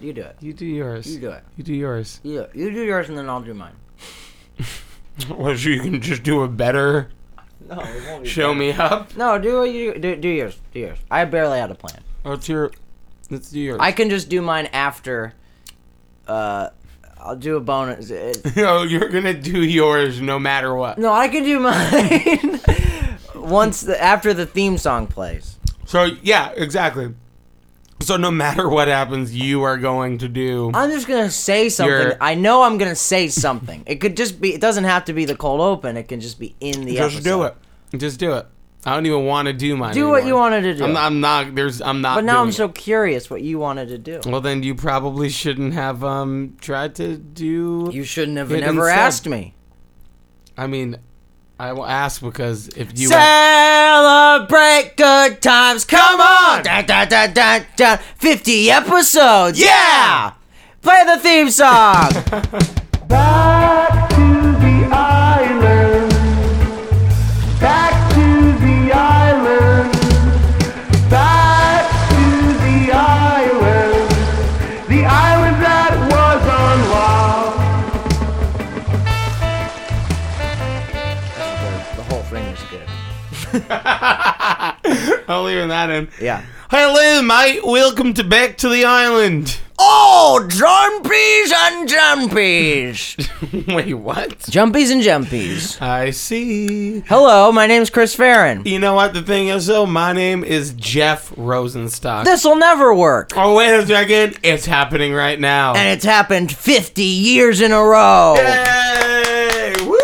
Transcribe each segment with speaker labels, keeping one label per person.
Speaker 1: You do it.
Speaker 2: You do yours.
Speaker 1: You do it.
Speaker 2: You do yours.
Speaker 1: You you do yours, and then I'll do mine.
Speaker 2: Well, sure, you can just do a better
Speaker 1: No, it won't
Speaker 2: show me up.
Speaker 1: No, do what you do. Do yours. Do yours. I barely had a plan.
Speaker 2: Let's hear. Let's do yours.
Speaker 1: I can just do mine after. Uh, I'll do a bonus. It-
Speaker 2: No, you're gonna do yours no matter what.
Speaker 1: no, I can do mine once the, after the theme song plays.
Speaker 2: So yeah, exactly. So no matter what happens, you are going to do.
Speaker 1: I'm just gonna say something.
Speaker 2: You're-
Speaker 1: I know I'm gonna say something. it could just be. It doesn't have to be the cold open. It can just be in the.
Speaker 2: just do it.
Speaker 1: episode.
Speaker 2: Just do it. I don't even want to do mine.
Speaker 1: Do what
Speaker 2: anymore.
Speaker 1: you wanted to do.
Speaker 2: I'm, I'm not. There's. I'm not.
Speaker 1: but now I'm
Speaker 2: doing
Speaker 1: so curious what you wanted to do.
Speaker 2: it. Well, then you probably shouldn't have um tried to do.
Speaker 1: You shouldn't have
Speaker 2: It
Speaker 1: never
Speaker 2: instead-
Speaker 1: asked me.
Speaker 2: I mean, I will ask because if you.
Speaker 1: Celebrate good times. Come on. Da, da, da, da, da. 50 episodes. Yeah. Play the theme song.
Speaker 3: Back to the island. Back to the island. Back to the island. The island that was unloved.
Speaker 1: the whole thing is good.
Speaker 2: I'll leave that in.
Speaker 1: Yeah.
Speaker 2: Hello, mate. Welcome to back to the island.
Speaker 1: Oh, jumpies and jumpies.
Speaker 2: Wait, what?
Speaker 1: jumpies and jumpies.
Speaker 2: I see.
Speaker 1: Hello, my name's Chris Farron.
Speaker 2: You know what the thing is though? My name is Jeff Rosenstock.
Speaker 1: This'll never work.
Speaker 2: oh wait a second, it's happening right now.
Speaker 1: And it's happened 50 years in a row.
Speaker 2: Yay! Woo!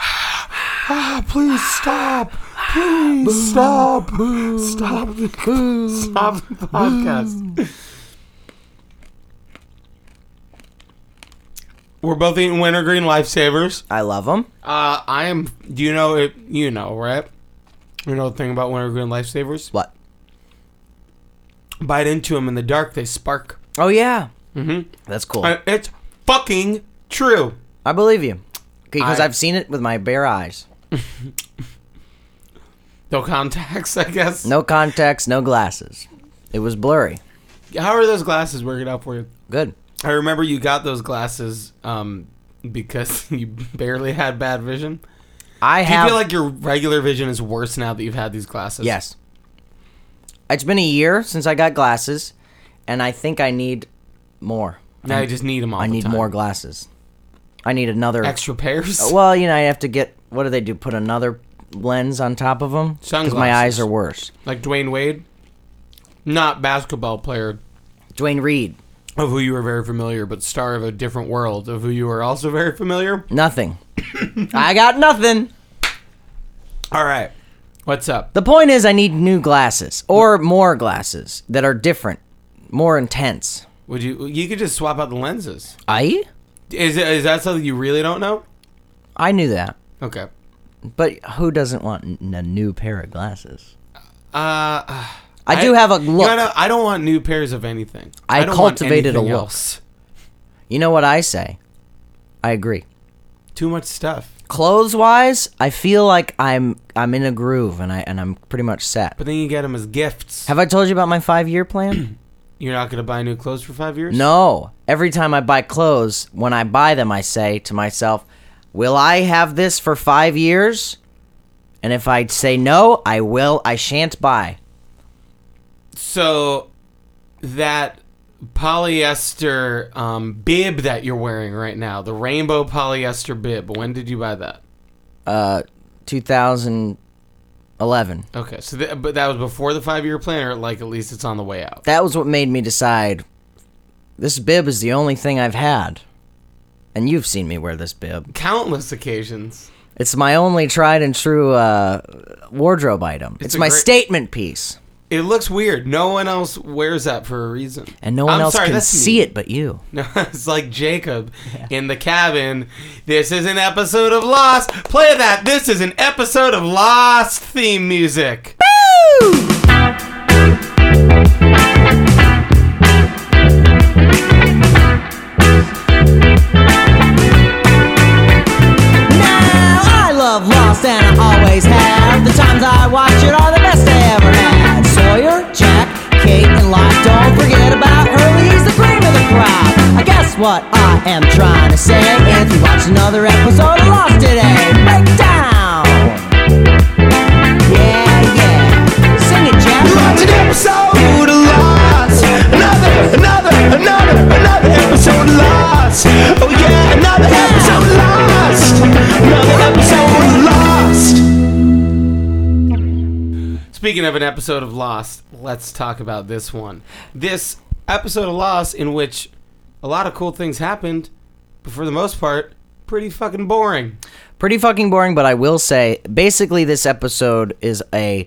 Speaker 2: Ah, please stop. Please stop. Stop. the- Stop the podcast. We're both eating wintergreen lifesavers.
Speaker 1: I love them.
Speaker 2: Uh, I am. Do you know it? You know, right? You know the thing about wintergreen lifesavers?
Speaker 1: What?
Speaker 2: Bite into them in the dark, they spark.
Speaker 1: Oh, yeah. Mm-hmm. That's cool.
Speaker 2: Uh, It's fucking true.
Speaker 1: I believe you because
Speaker 2: I-
Speaker 1: I've seen it with my bare eyes.
Speaker 2: No contacts, I guess.
Speaker 1: No contacts, no glasses. It was blurry.
Speaker 2: How are those glasses working out for you?
Speaker 1: Good.
Speaker 2: I remember you got those glasses um, because you barely had bad vision.
Speaker 1: I
Speaker 2: Do you
Speaker 1: have
Speaker 2: feel like your regular vision is worse now that you've had these glasses?
Speaker 1: yes. It's been a year since I got glasses, and I think I need more.
Speaker 2: Now you just need them all
Speaker 1: I
Speaker 2: the
Speaker 1: need
Speaker 2: time.
Speaker 1: more glasses. I need another.
Speaker 2: Extra pairs?
Speaker 1: Well, you know, I have to get. What do they do? Put another lens on top of them? my
Speaker 2: Sunglasses.
Speaker 1: eyes are worse.
Speaker 2: like Dwayne Wade? Not basketball player,
Speaker 1: Dwayne Reed.
Speaker 2: of who you were very familiar, but star of a different world, of who you were also very familiar.
Speaker 1: Nothing. I got nothing.
Speaker 2: All right, what's up?
Speaker 1: The point is, I need new glasses or more glasses that are different, more intense.
Speaker 2: Would you? You could just swap out the lenses.
Speaker 1: I?
Speaker 2: Is it, is that something you really don't know?
Speaker 1: I knew that.
Speaker 2: Okay.
Speaker 1: But who doesn't want n- a new pair of glasses?
Speaker 2: Uh,
Speaker 1: I, do have a
Speaker 2: you
Speaker 1: look.
Speaker 2: gotta- I don't want new pairs of anything.
Speaker 1: I
Speaker 2: don't want
Speaker 1: cultivated a
Speaker 2: anything
Speaker 1: look.
Speaker 2: else.
Speaker 1: you know what I say? I agree.
Speaker 2: Too much stuff.
Speaker 1: Clothes wise, I feel like I'm I'm in a groove and I and I'm pretty much set.
Speaker 2: But then you get them as gifts.
Speaker 1: Have I told you about my 5-year plan?
Speaker 2: You're not gonna buy new clothes for five years.
Speaker 1: no. Every time I buy clothes, when I buy them I say to myself, "Will I have this for 5 years?" And if I say no, I will I shan't buy.
Speaker 2: So that polyester um, bib that you're wearing right now, the rainbow polyester bib. When did you buy that?
Speaker 1: 2011.
Speaker 2: Okay, so th- but that was before the five year plan, or like at least it's on the way out.
Speaker 1: that was what made me decide this bib is the only thing I've had. And you've seen me wear this bib.
Speaker 2: Countless occasions.
Speaker 1: It's my only tried and true uh, wardrobe item. It's,
Speaker 2: a
Speaker 1: my
Speaker 2: great-
Speaker 1: statement piece.
Speaker 2: It looks weird. No one else wears that for a reason.
Speaker 1: And no one
Speaker 2: I'm
Speaker 1: else
Speaker 2: sorry,
Speaker 1: can
Speaker 2: that's
Speaker 1: see
Speaker 2: me.
Speaker 1: it but you.
Speaker 2: No, it's like Jacob in the cabin. This is an episode of Lost. Play that. This is an episode of Lost theme music.
Speaker 1: Now, I love Lost and I always have. The times I watch it are the best I ever had. Sawyer, Jack, Kate, and Locke. Don't forget about Hurley's the great That's what I am trying to say. If you watch another episode of Lost today, breakdown. Yeah, yeah. Sing it, Jeff.
Speaker 4: Watch an episode of Lost. Another, another, another, another episode of Lost. Oh yeah, another episode of Lost. Another episode of Lost.
Speaker 2: Speaking of an episode of Lost, let's talk about this one. This episode of Lost, in which a lot of cool things happened, but for the most part, pretty fucking boring.
Speaker 1: pretty fucking boring, but I will say basically this episode is a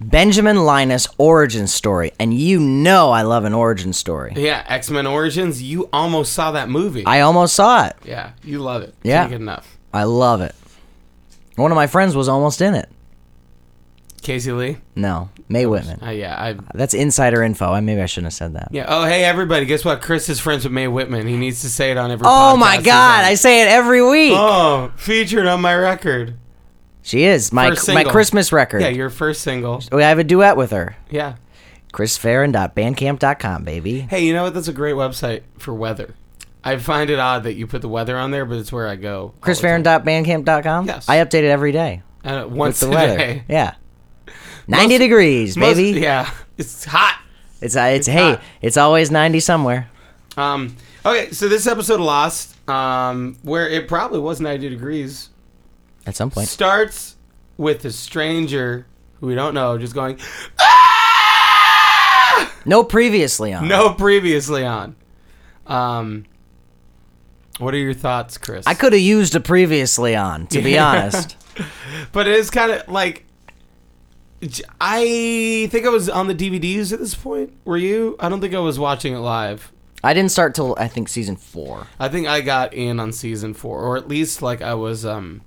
Speaker 1: Benjamin Linus origin story, and you know I love an origin story.
Speaker 2: Yeah, X Men Origins, you almost saw that movie.
Speaker 1: I almost saw it.
Speaker 2: yeah, you love it.
Speaker 1: Yeah.
Speaker 2: Can't get enough.
Speaker 1: I love it. One of my friends was almost in it.
Speaker 2: Casey Lee.
Speaker 1: No, May Whitman.
Speaker 2: Uh, yeah, I.
Speaker 1: That's insider info. I maybe I shouldn't have said that.
Speaker 2: Yeah. Oh, hey everybody! Guess what? Chris is friends with Mae Whitman. He needs to say it on every.
Speaker 1: Oh my
Speaker 2: podcast he's
Speaker 1: god,
Speaker 2: on.
Speaker 1: I say it every week.
Speaker 2: oh, featured on my record.
Speaker 1: she is my
Speaker 2: First
Speaker 1: my
Speaker 2: single.
Speaker 1: Christmas record.
Speaker 2: Yeah, your first single.
Speaker 1: we have a duet with her.
Speaker 2: Yeah.
Speaker 1: ChrisFarron.bandcamp.com, baby.
Speaker 2: Hey, you know what? That's a great website for weather. I find it odd that you put the weather on there, but it's where I go. all the time.
Speaker 1: ChrisFarron.bandcamp.com.
Speaker 2: Yes.
Speaker 1: I update it every day.
Speaker 2: Uh, once
Speaker 1: the
Speaker 2: a
Speaker 1: weather.
Speaker 2: day.
Speaker 1: Yeah. 90 degrees,
Speaker 2: Most-
Speaker 1: baby.
Speaker 2: yeah, it's hot.
Speaker 1: It's uh, it's, hey,
Speaker 2: hot.
Speaker 1: it's always 90 somewhere.
Speaker 2: Um, okay, so this episode of Lost, um, where it probably was 90 degrees,
Speaker 1: At some point.
Speaker 2: starts with a stranger who we don't know just going,
Speaker 1: No previously on.
Speaker 2: no previously on. Um, what are your thoughts, Chris?
Speaker 1: I could have used a previously on, to be honest.
Speaker 2: but it is kind of like j- I think I was on the DVDs at this point. Were you? I don't think I was watching it live.
Speaker 1: I didn't start till I think season 4.
Speaker 2: I think I got in on season four, or at least like I was um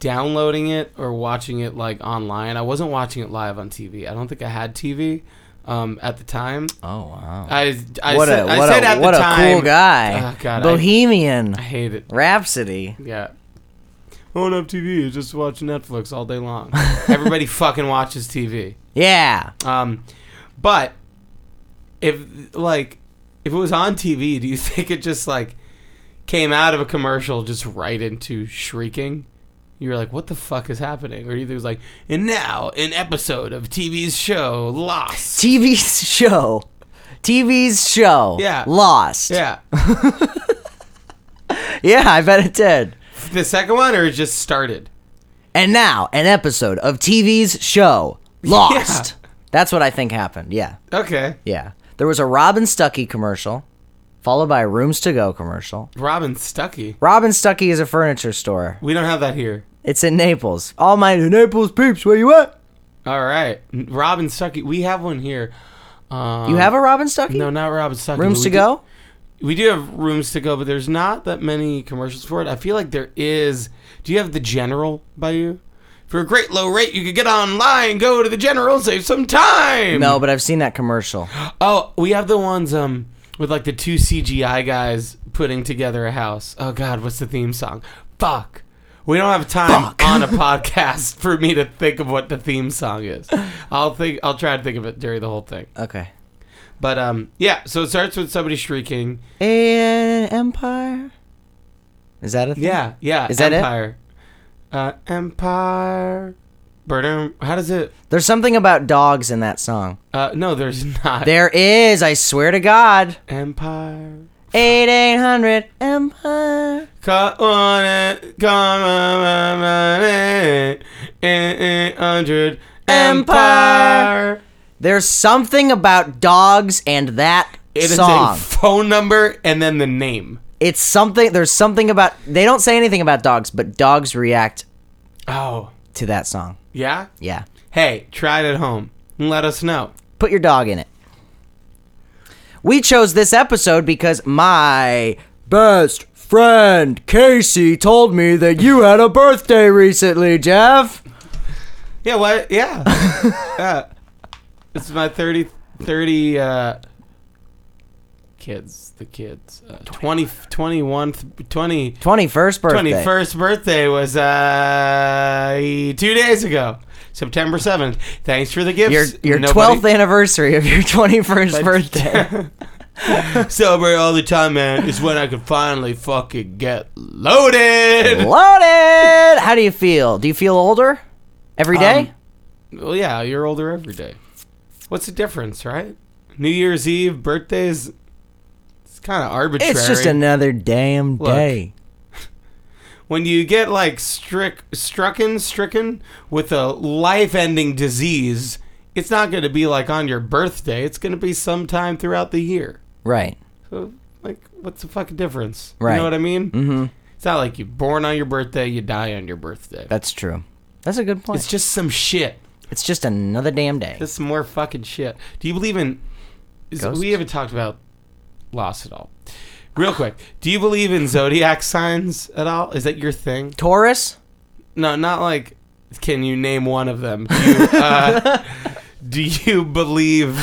Speaker 2: downloading it or watching it like online. I wasn't watching it live on TV. I don't think I had TV um at the time.
Speaker 1: Oh wow.
Speaker 2: I I
Speaker 1: what
Speaker 2: said,
Speaker 1: a
Speaker 2: I
Speaker 1: what,
Speaker 2: said
Speaker 1: a,
Speaker 2: at
Speaker 1: what
Speaker 2: the
Speaker 1: a
Speaker 2: time,
Speaker 1: cool guy.
Speaker 2: Oh, God, I-
Speaker 1: Bohemian
Speaker 2: I hate it.
Speaker 1: Rhapsody.
Speaker 2: Yeah. I don't have TV. I just watch Netflix all day long. Everybody fucking watches TV.
Speaker 1: Yeah.
Speaker 2: Um, but if like if it was on TV, do you think it just like came out of a commercial just right into shrieking? You were like, "What the fuck is happening?" Or do you think it was like, "And now an episode of TV's show Lost."
Speaker 1: TV's show. TV's show.
Speaker 2: Yeah.
Speaker 1: Lost.
Speaker 2: Yeah,
Speaker 1: Yeah, I bet it did.
Speaker 2: the second one, or it just started.
Speaker 1: And now an episode of TV's show Lost.
Speaker 2: Yeah.
Speaker 1: That's what I think happened. Yeah.
Speaker 2: Okay,
Speaker 1: Yeah. There was a Robin Stuckey commercial, followed by a Rooms to Go commercial.
Speaker 2: Robin Stuckey.
Speaker 1: Robin Stuckey is a furniture store.
Speaker 2: We don't have that here.
Speaker 1: It's in Naples. All my Naples peeps, where you at?
Speaker 2: All right, N- Robin Stuckey. We have one here. Um,
Speaker 1: You have a Robin Stuckey?
Speaker 2: no, not Robin Stuckey.
Speaker 1: Rooms
Speaker 2: but
Speaker 1: to
Speaker 2: we do-
Speaker 1: Go?
Speaker 2: We do have rooms to go, but there's not that many commercials for it. I feel like there is. Do you have the General by you? For a great low rate, you could get online, go to the General, save some time.
Speaker 1: No, but I've seen that commercial.
Speaker 2: Oh, we have the ones um with like the two CGI guys putting together a house. Oh God, what's the theme song? Fuck. We don't have time on a podcast for me to think of what the theme song is. I'll think. I'll try to think of it during the whole thing.
Speaker 1: Okay.
Speaker 2: But um, yeah. So it starts with somebody shrieking.
Speaker 1: An Empire? Is that a thing?
Speaker 2: Yeah, yeah.
Speaker 1: Is that it?
Speaker 2: Empire. Uh, Empire. Burnham. How does it?
Speaker 1: There's something about dogs in that song.
Speaker 2: Uh, no, there's not.
Speaker 1: There is, I swear to God.
Speaker 2: Empire.
Speaker 1: 8800 Empire.
Speaker 2: Come on, it, come on, on it, in- in hundred Empire.
Speaker 1: There's something about dogs and that
Speaker 2: It is
Speaker 1: song.
Speaker 2: a phone number and then the name.
Speaker 1: it's something there's something about they don't say anything about dogs, but dogs react
Speaker 2: Oh,
Speaker 1: to that song.
Speaker 2: yeah.
Speaker 1: Yeah.
Speaker 2: Hey, try it at home. and Let us know.
Speaker 1: Put your dog in it. We chose this episode because my best friend Casey told me that you had a birthday recently, Jeff.
Speaker 2: Yeah. What? Yeah. yeah. It's my 30, 30 uh, kids. The kids. Uh, 20, 21, 20,
Speaker 1: 21st birthday.
Speaker 2: 21st birthday was uh, two days ago, September 7th. Thanks for the gifts.
Speaker 1: Your your
Speaker 2: nobody.
Speaker 1: 12th anniversary of your 21st birthday.
Speaker 2: Celebrate all the time, man. Is when I could finally fucking get loaded.
Speaker 1: Loaded. How do you feel? Do you feel older every day?
Speaker 2: Um, Well, yeah, you're older every day. What's the difference, right? New Year's Eve, birthdays. It's kind of arbitrary.
Speaker 1: it's just another damn
Speaker 2: Look.
Speaker 1: day.
Speaker 2: when you get like strick stricken stricken with a life-ending disease. It's not going to be like on your birthday. It's going to be sometime throughout the year.
Speaker 1: Right.
Speaker 2: So, like, what's the fucking difference? You
Speaker 1: Right.
Speaker 2: know what I mean? Mm-hmm. It's not like you're born on your birthday, you die on your birthday.
Speaker 1: That's true. That's a good point.
Speaker 2: It's just some shit.
Speaker 1: It's just another damn day.
Speaker 2: Just some more fucking shit. Do you believe in? Is,
Speaker 1: Ghosts?
Speaker 2: we haven't talked about loss at all. Real quick, do you believe in zodiac signs at all? Is that your thing?
Speaker 1: Taurus?
Speaker 2: No, not like. Can you name one of them? Do you, uh, do you believe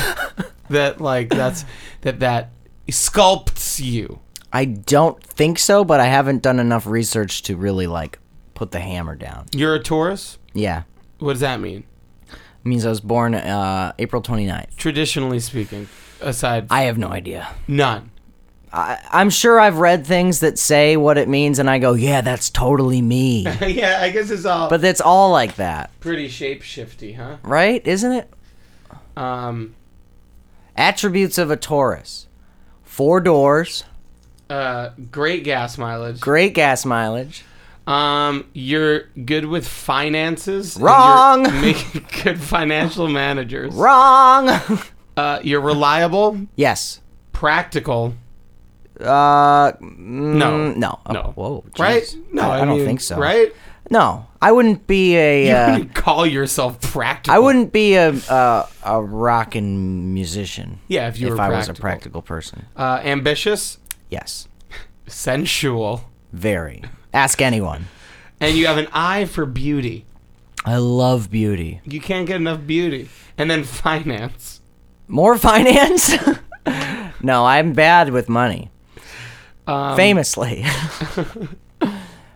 Speaker 2: that like that's that that sculpts you?
Speaker 1: I don't think so, but I haven't done enough research to really like put the hammer down.
Speaker 2: You're a Taurus.
Speaker 1: Yeah.
Speaker 2: What does that mean?
Speaker 1: It means I was born uh, April 29th.
Speaker 2: Traditionally speaking, aside
Speaker 1: I have no idea.
Speaker 2: none.
Speaker 1: I, I'm sure I've read things that say what it means, and I go, yeah, that's totally me.
Speaker 2: yeah, I guess it's all
Speaker 1: but that's all like that,
Speaker 2: pretty shapeshifty, huh?
Speaker 1: right? Isn't it?
Speaker 2: Um,
Speaker 1: Attributes of a Taurus four doors,
Speaker 2: uh, great gas mileage.
Speaker 1: great gas mileage.
Speaker 2: Um, you're good with finances. and
Speaker 1: Wrong.
Speaker 2: You're making good financial managers.
Speaker 1: Wrong!
Speaker 2: Uh, you're reliable,
Speaker 1: yes.
Speaker 2: practical.
Speaker 1: Uh,
Speaker 2: No,
Speaker 1: mm, no. Oh,
Speaker 2: no.
Speaker 1: Whoa. jeez.
Speaker 2: right? No,
Speaker 1: I,
Speaker 2: I,
Speaker 1: I don't
Speaker 2: mean,
Speaker 1: think so.
Speaker 2: Right?
Speaker 1: No, I wouldn't be a.
Speaker 2: You
Speaker 1: Uh,
Speaker 2: wouldn't call yourself practical.
Speaker 1: I wouldn't be a a, a rockin' musician.
Speaker 2: Yeah, if you
Speaker 1: if
Speaker 2: were
Speaker 1: I was
Speaker 2: practical.
Speaker 1: a practical person.
Speaker 2: Uh, ambitious,
Speaker 1: Yes,
Speaker 2: sensual,
Speaker 1: very. Ask anyone.
Speaker 2: and you have an eye for beauty.
Speaker 1: I love beauty.
Speaker 2: You can't get enough beauty. And then finance.
Speaker 1: More finance? no, I'm bad with money.
Speaker 2: Um,
Speaker 1: Famously.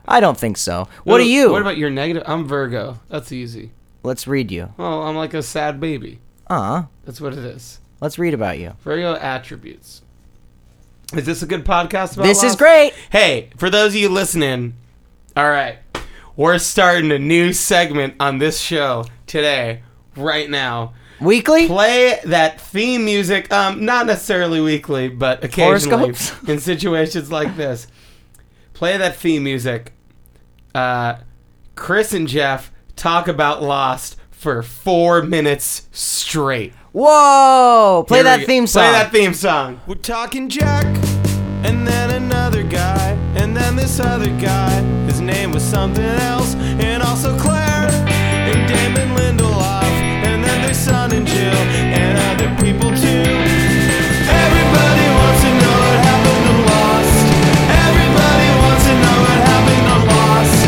Speaker 1: I don't think so. What are you?
Speaker 2: Oh, What about your negative? I'm Virgo. That's easy.
Speaker 1: Let's read you.
Speaker 2: Well, I'm like a sad baby.
Speaker 1: Uh,
Speaker 2: That's what it is.
Speaker 1: let's read about you.
Speaker 2: Virgo attributes. Is this a good podcast about
Speaker 1: This is
Speaker 2: loss?
Speaker 1: great.
Speaker 2: Hey, for those of you listening, all right. We're starting a new segment on this show today, right now.
Speaker 1: Weekly?
Speaker 2: Play that theme music, um, not necessarily weekly, but occasionally
Speaker 1: Horoscopes?
Speaker 2: in situations like this. Play that theme music. Uh, Chris and Jeff talk about Lost for four minutes straight.
Speaker 1: Whoa! Play
Speaker 2: Here we
Speaker 1: that
Speaker 2: go.
Speaker 1: theme song.
Speaker 2: Play that theme song.
Speaker 4: We're talking Jack, and then another guy, and then this other guy. His name was something else, and also Claire, and Damon Lindelof, and then their son and Jill, and other people too. Everybody wants to know what happened to Lost. Everybody wants to know what happened to Lost.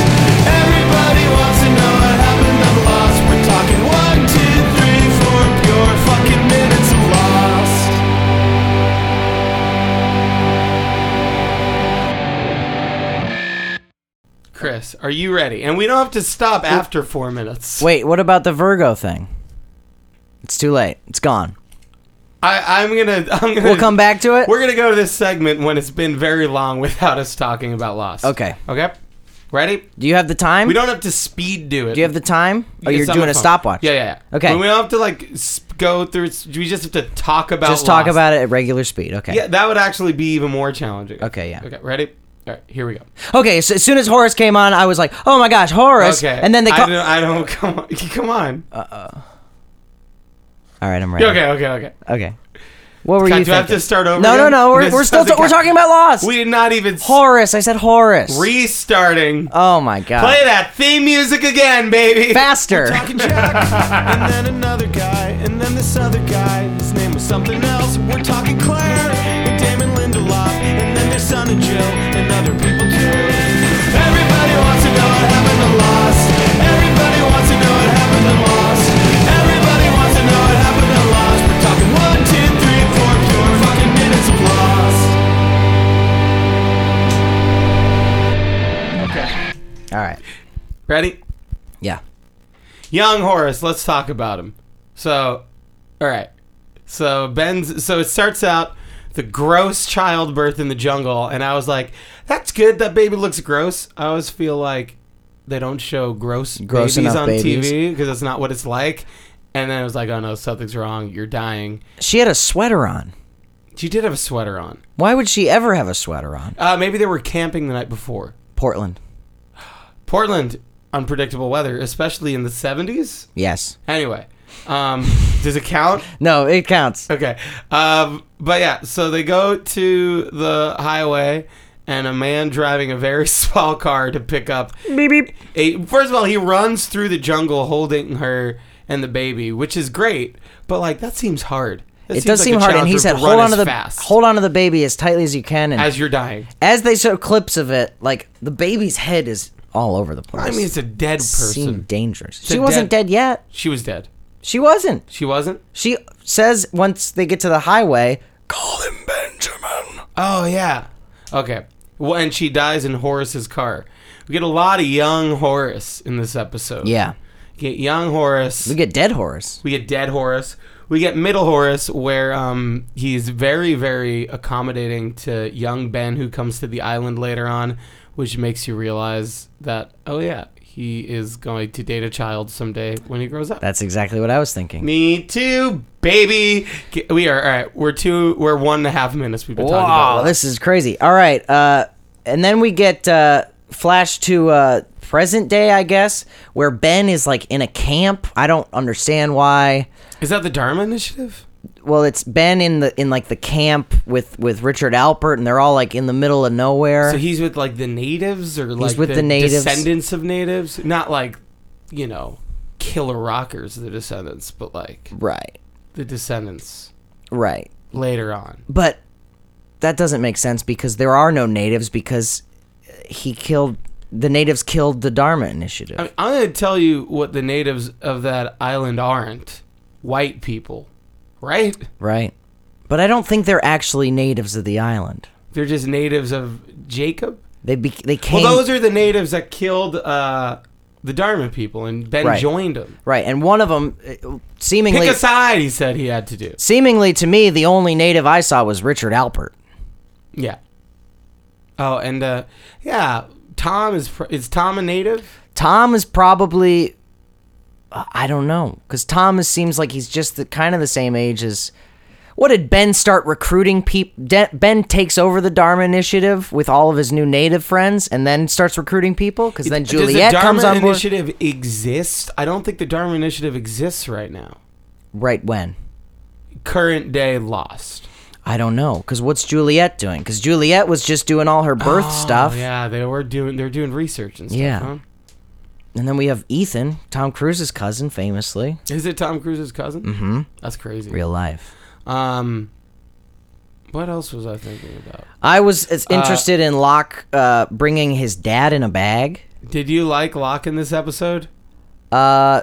Speaker 4: Everybody wants to know what happened to Lost. We're talking one, two, three, four pure fucking minutes of Lost.
Speaker 2: Chris, are you ready? And we don't have to stop after four minutes.
Speaker 1: Wait, what about the Virgo thing? It's too late. It's gone.
Speaker 2: I, I'm gonna. I'm gonna.
Speaker 1: We'll come back to it.
Speaker 2: We're gonna go to this segment when it's been very long without us talking about Lost.
Speaker 1: Okay.
Speaker 2: Okay. Ready?
Speaker 1: Do you have the time?
Speaker 2: We don't have to speed do it.
Speaker 1: Do you have the time? Oh, you're
Speaker 2: It's on my
Speaker 1: doing a
Speaker 2: phone.
Speaker 1: stopwatch.
Speaker 2: Yeah, yeah. yeah.
Speaker 1: Okay.
Speaker 2: We don't have to like s- go through. s- We just have to talk about.
Speaker 1: Just talk
Speaker 2: Lost.
Speaker 1: about it at regular speed. Okay.
Speaker 2: Yeah, that would actually be even more challenging.
Speaker 1: Okay, yeah.
Speaker 2: Okay. Ready? All right. Here we go.
Speaker 1: Okay, so as soon as Horace came on, I was like, "Oh my gosh, Horace!"
Speaker 2: Okay.
Speaker 1: And then they
Speaker 2: I
Speaker 1: called.
Speaker 2: don't, I don't. Come on. Come on.
Speaker 1: All right, I'm ready.
Speaker 2: Okay. Okay. Okay.
Speaker 1: Okay. What were
Speaker 2: God,
Speaker 1: you
Speaker 2: do I
Speaker 1: thinking?
Speaker 2: have to start over?
Speaker 1: no, no,
Speaker 2: again?
Speaker 1: no. We're,
Speaker 2: This
Speaker 1: we're still
Speaker 2: doesn't
Speaker 1: ta- we're
Speaker 2: count.
Speaker 1: talking about Lost.
Speaker 2: We did not even s-
Speaker 1: Horace. I said Horace.
Speaker 2: restarting.
Speaker 1: oh my god.
Speaker 2: Play that theme music again, baby.
Speaker 1: faster.
Speaker 4: Talking Jack, and then another guy, and then this other guy. His name was something else. We're talking Claire, and Damon Lindelof, and then their son and Jill, and other people too. Everybody wants to know what happened to Lost. Everybody wants to know what happened to Lost. Everybody wants to know what happened to Lost. We're talking one, two, three, four, pure fucking minutes of Lost.
Speaker 1: All right.
Speaker 2: Ready?
Speaker 1: Yeah.
Speaker 2: Young Horace, let's talk about him. So, all right. So Ben's. So it starts out. the gross childbirth in the jungle, and I was like, "That's good. That baby looks gross." I always feel like they don't show gross,
Speaker 1: Gross
Speaker 2: babies
Speaker 1: enough
Speaker 2: on
Speaker 1: babies.
Speaker 2: TV because that's not what it's like. And then I was like, "Oh no, something's wrong. You're dying."
Speaker 1: She had a sweater on.
Speaker 2: She did have a sweater on.
Speaker 1: Why would she ever have a sweater on?
Speaker 2: Uh, maybe they were camping the night before.
Speaker 1: Portland.
Speaker 2: Portland, unpredictable weather, especially in the 70s.
Speaker 1: Yes.
Speaker 2: Anyway, um, does it count?
Speaker 1: No, it counts.
Speaker 2: Okay. Um, but yeah, so they go to the highway, and a man driving a very small car to pick up.
Speaker 1: Beep beep.
Speaker 2: A, first of all, he runs through the jungle holding her and the baby, which is great, but like that seems hard. That
Speaker 1: It
Speaker 2: seems
Speaker 1: does
Speaker 2: like
Speaker 1: seem
Speaker 2: a
Speaker 1: hard, and
Speaker 2: challenge
Speaker 1: he
Speaker 2: for
Speaker 1: said,
Speaker 2: to
Speaker 1: "Hold
Speaker 2: run
Speaker 1: on
Speaker 2: as
Speaker 1: to the
Speaker 2: fast
Speaker 1: hold on to the baby as tightly as you can." And as,
Speaker 2: as you're dying."
Speaker 1: they show clips of it, like the baby's head is all over the place.
Speaker 2: I mean, it's a dead person.
Speaker 1: seemed dangerous.
Speaker 2: a
Speaker 1: She wasn't
Speaker 2: dead-
Speaker 1: dead yet.
Speaker 2: She was dead.
Speaker 1: She wasn't.
Speaker 2: She wasn't.
Speaker 1: She says once they get to the highway, call him Benjamin.
Speaker 2: Oh yeah. Okay. Well, and she dies in Horace's car. We get a lot of young Horace in this episode.
Speaker 1: Yeah.
Speaker 2: Get young Horace.
Speaker 1: We get dead horse.
Speaker 2: We get dead Horace. We get middle Horace, where um, he's very, very accommodating to young Ben, who comes to the island later on, which makes you realize that oh yeah, he is going to date a child someday when he grows up.
Speaker 1: That's exactly what I was thinking.
Speaker 2: Me too, baby. K- We are all right. We're two. We're one and a half minutes. We've been talking about.
Speaker 1: Wow,
Speaker 2: that.
Speaker 1: this is crazy. All right, uh, and then we get uh, flash to uh, present day, I guess, where Ben is like in a camp. I don't understand why.
Speaker 2: Is that the Dharma Initiative?
Speaker 1: Well, it's Ben in the in like the camp with with Richard Alpert, and they're all like in the middle of nowhere.
Speaker 2: So he's with like the natives, or like
Speaker 1: with the natives.
Speaker 2: descendants of natives, not like you know, killer rockers, the descendants, but like
Speaker 1: right,
Speaker 2: the descendants
Speaker 1: right,
Speaker 2: later on.
Speaker 1: but that doesn't make sense because there are no natives because he killed the natives killed the Dharma Initiative.
Speaker 2: I mean, I'm going to tell you what the natives of that island aren't: white people, right?
Speaker 1: Right. But I don't think they're actually natives of the island.
Speaker 2: They're just natives of Jacob.
Speaker 1: They be, they came
Speaker 2: Well, those are the natives that killed uh, the Dharma people, and Ben
Speaker 1: Right.
Speaker 2: joined them.
Speaker 1: right, and one of them
Speaker 2: Pick
Speaker 1: seemingly
Speaker 2: a side, he said he had to do.
Speaker 1: seemingly to me the only native I saw was Richard Alpert.
Speaker 2: Yeah. Oh, and uh, yeah, Tom is pr- is Tom a native?
Speaker 1: Tom is probably uh, I don't know cuz Tom is, seems like he's just the kind of the same age as what did Ben start recruiting people? De- ben takes over the Dharma Initiative with all of his new native friends, and then starts recruiting people. Because then Juliet
Speaker 2: Does the
Speaker 1: comes
Speaker 2: Dharma
Speaker 1: on board.
Speaker 2: Initiative exist? I don't think the Dharma Initiative exists right now.
Speaker 1: right when?
Speaker 2: Current day lost.
Speaker 1: I don't know, because what's Juliet doing? Because Juliet was just doing all her birth stuff,
Speaker 2: Oh, yeah, they were doing they're doing research and stuff.
Speaker 1: Yeah.
Speaker 2: huh?
Speaker 1: and then we have Ethan, Tom Cruise's cousin, famously
Speaker 2: Is it Tom Cruise's cousin? Mm-hmm. That's crazy.
Speaker 1: real life.
Speaker 2: Um, what else was I thinking about?
Speaker 1: I was as
Speaker 2: Uh,
Speaker 1: interested in Locke uh, bringing his dad in a bag.
Speaker 2: Did you like Locke in this episode?
Speaker 1: Uh,